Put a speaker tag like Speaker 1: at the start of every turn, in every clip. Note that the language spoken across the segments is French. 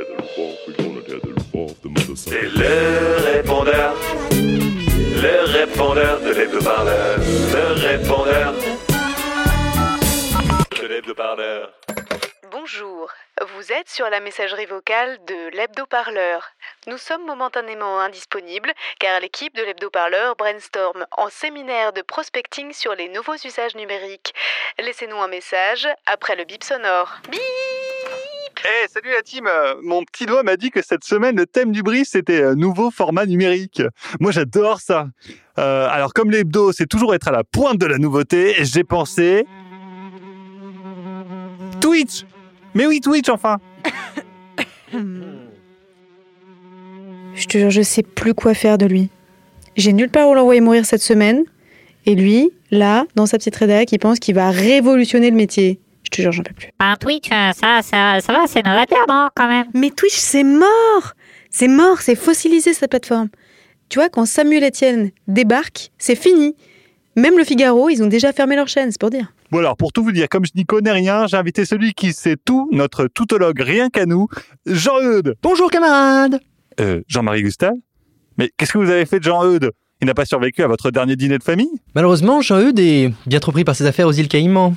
Speaker 1: We're gonna tear the roof off the mother
Speaker 2: C'est
Speaker 1: sucker.
Speaker 2: le répondeur. Le répondeur de l'hebdo-parleur. Le répondeur de l'hebdo-parleur.
Speaker 3: Bonjour, vous êtes sur la messagerie vocale de l'hebdo-parleur. Nous sommes momentanément indisponibles car l'équipe de l'hebdo-parleur brainstorm en séminaire de prospecting sur les nouveaux usages numériques. Laissez-nous un message après le bip sonore. Bip
Speaker 4: Eh, salut la team Euh, Mon petit doigt m'a dit que cette semaine, le thème du brief, c'était euh, nouveau format numérique. Moi, j'adore ça. Euh, alors, comme l'hebdo, c'est toujours être à la pointe de la nouveauté, j'ai pensé... Twitch Mais oui, Twitch, enfin
Speaker 5: Je te jure, je sais plus quoi faire de lui. J'ai nulle part où l'envoyer mourir cette semaine. Et lui, là, dans sa petite rédac, il pense qu'il va révolutionner le métier. Je te jure, j'en peux plus.
Speaker 6: Un Twitch, euh, ça, ça, ça va, c'est novateur, non, quand même
Speaker 5: Mais Twitch, c'est mort C'est mort, c'est fossilisé cette plateforme. Tu vois, quand Samuel Etienne débarque, c'est fini. Même le Figaro, ils ont déjà fermé leur chaîne, c'est pour dire.
Speaker 4: Bon alors, pour tout vous dire, comme je n'y connais rien, j'ai invité celui qui sait tout, notre toutologue rien qu'à nous, Jean-Eudes. Bonjour camarade euh, Jean-Marie Gustave Mais qu'est-ce que vous avez fait de Jean-Eudes Il n'a pas survécu à votre dernier dîner de famille
Speaker 7: Malheureusement, Jean-Eudes est bien trop pris par ses affaires aux îles Caïmans.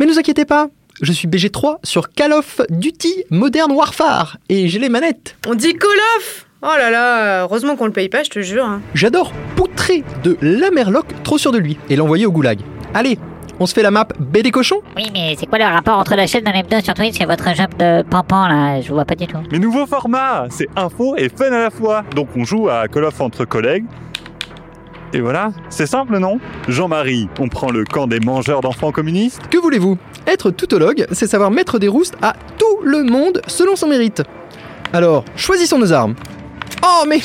Speaker 7: Mais ne vous inquiétez pas, je suis BG3 sur Call of Duty Modern Warfare et j'ai les manettes.
Speaker 5: On dit Call of Oh là là, heureusement qu'on le paye pas, je te jure. hein.
Speaker 7: J'adore poutrer de la merloc trop sûr de lui et l'envoyer au goulag. Allez, on se fait la map B des cochons
Speaker 6: Oui, mais c'est quoi le rapport entre la chaîne d'un hebdo sur Twitch et votre jump de pampan, là Je vois pas du tout.
Speaker 4: Mais nouveau format, c'est info et fun à la fois. Donc on joue à Call of entre collègues. Et voilà, c'est simple, non Jean-Marie, on prend le camp des mangeurs d'enfants communistes
Speaker 7: Que voulez-vous Être toutologue, c'est savoir mettre des roustes à tout le monde selon son mérite. Alors, choisissons nos armes. Oh mais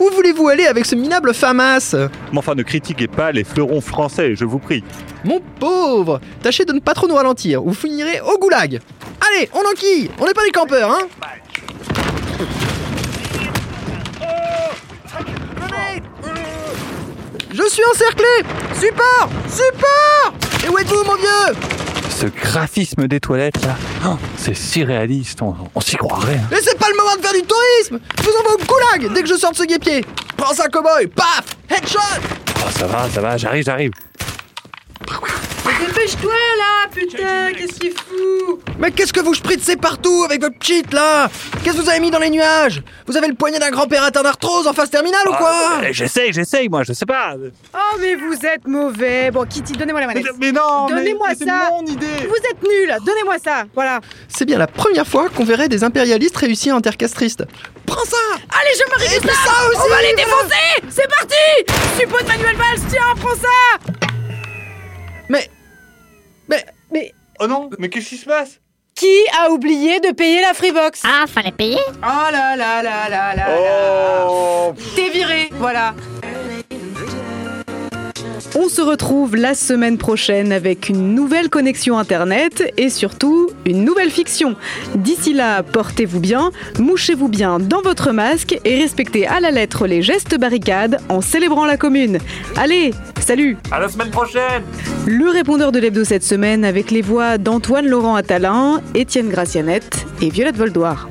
Speaker 7: où voulez-vous aller avec ce minable FAMAS
Speaker 4: Mais enfin, ne critiquez pas les fleurons français, je vous prie.
Speaker 7: Mon pauvre Tâchez de ne pas trop nous ralentir, vous finirez au goulag Allez, on enquille On n'est pas des campeurs, hein Je suis encerclé Support Support Et où êtes-vous, mon vieux
Speaker 4: Ce graphisme des toilettes, là, oh, c'est si réaliste, on, on s'y croirait. hein.
Speaker 7: Mais c'est pas le moment de faire du tourisme Je vous envoie au goulag dès que je sors de ce guépier Prends ça, cow-boy Paf Headshot
Speaker 4: Oh, ça va, ça va, j'arrive, j'arrive.
Speaker 5: Dépêche-toi là, putain, qu'est-ce qu'il fout
Speaker 7: Mais qu'est-ce que vous spritzez partout avec votre cheat, là Qu'est-ce que vous avez mis dans les nuages Vous avez le poignet d'un grand-père atteint d'arthrose en phase terminale ou quoi
Speaker 4: Eh, J'essaye, j'essaye, moi, je sais pas.
Speaker 5: Oh mais vous êtes mauvais Bon, Kitty, donnez-moi la
Speaker 4: Mais,
Speaker 5: manette.
Speaker 4: mais non, mais-
Speaker 5: Donnez-moi
Speaker 4: mais c'est
Speaker 5: ça.
Speaker 4: mon idée.
Speaker 5: Vous êtes nuls, donnez-moi ça, voilà.
Speaker 7: C'est bien la première fois qu'on verrait des impérialistes réussir en terre castriste. Prends ça
Speaker 5: Allez, je marie
Speaker 7: Et puis ça aussi
Speaker 5: On va les défoncer C'est parti Suppôt de Manuel Valls, tiens, prends ça
Speaker 7: Mais... Mais...
Speaker 4: Oh non, mais qu'est-ce qui se passe
Speaker 5: Qui a oublié de payer la Freebox
Speaker 6: Ah, fallait payer
Speaker 5: Oh là là là là là
Speaker 4: Oh,
Speaker 5: T'es viré, voilà on se retrouve la semaine prochaine avec une nouvelle connexion Internet et surtout une nouvelle fiction. D'ici là, portez-vous bien, mouchez-vous bien dans votre masque et respectez à la lettre les gestes barricades en célébrant la commune. Allez, salut
Speaker 4: à la semaine prochaine
Speaker 5: Le répondeur de l'hebdo cette semaine avec les voix d'Antoine Laurent Attalin, Étienne Gracianette et Violette Voldoir.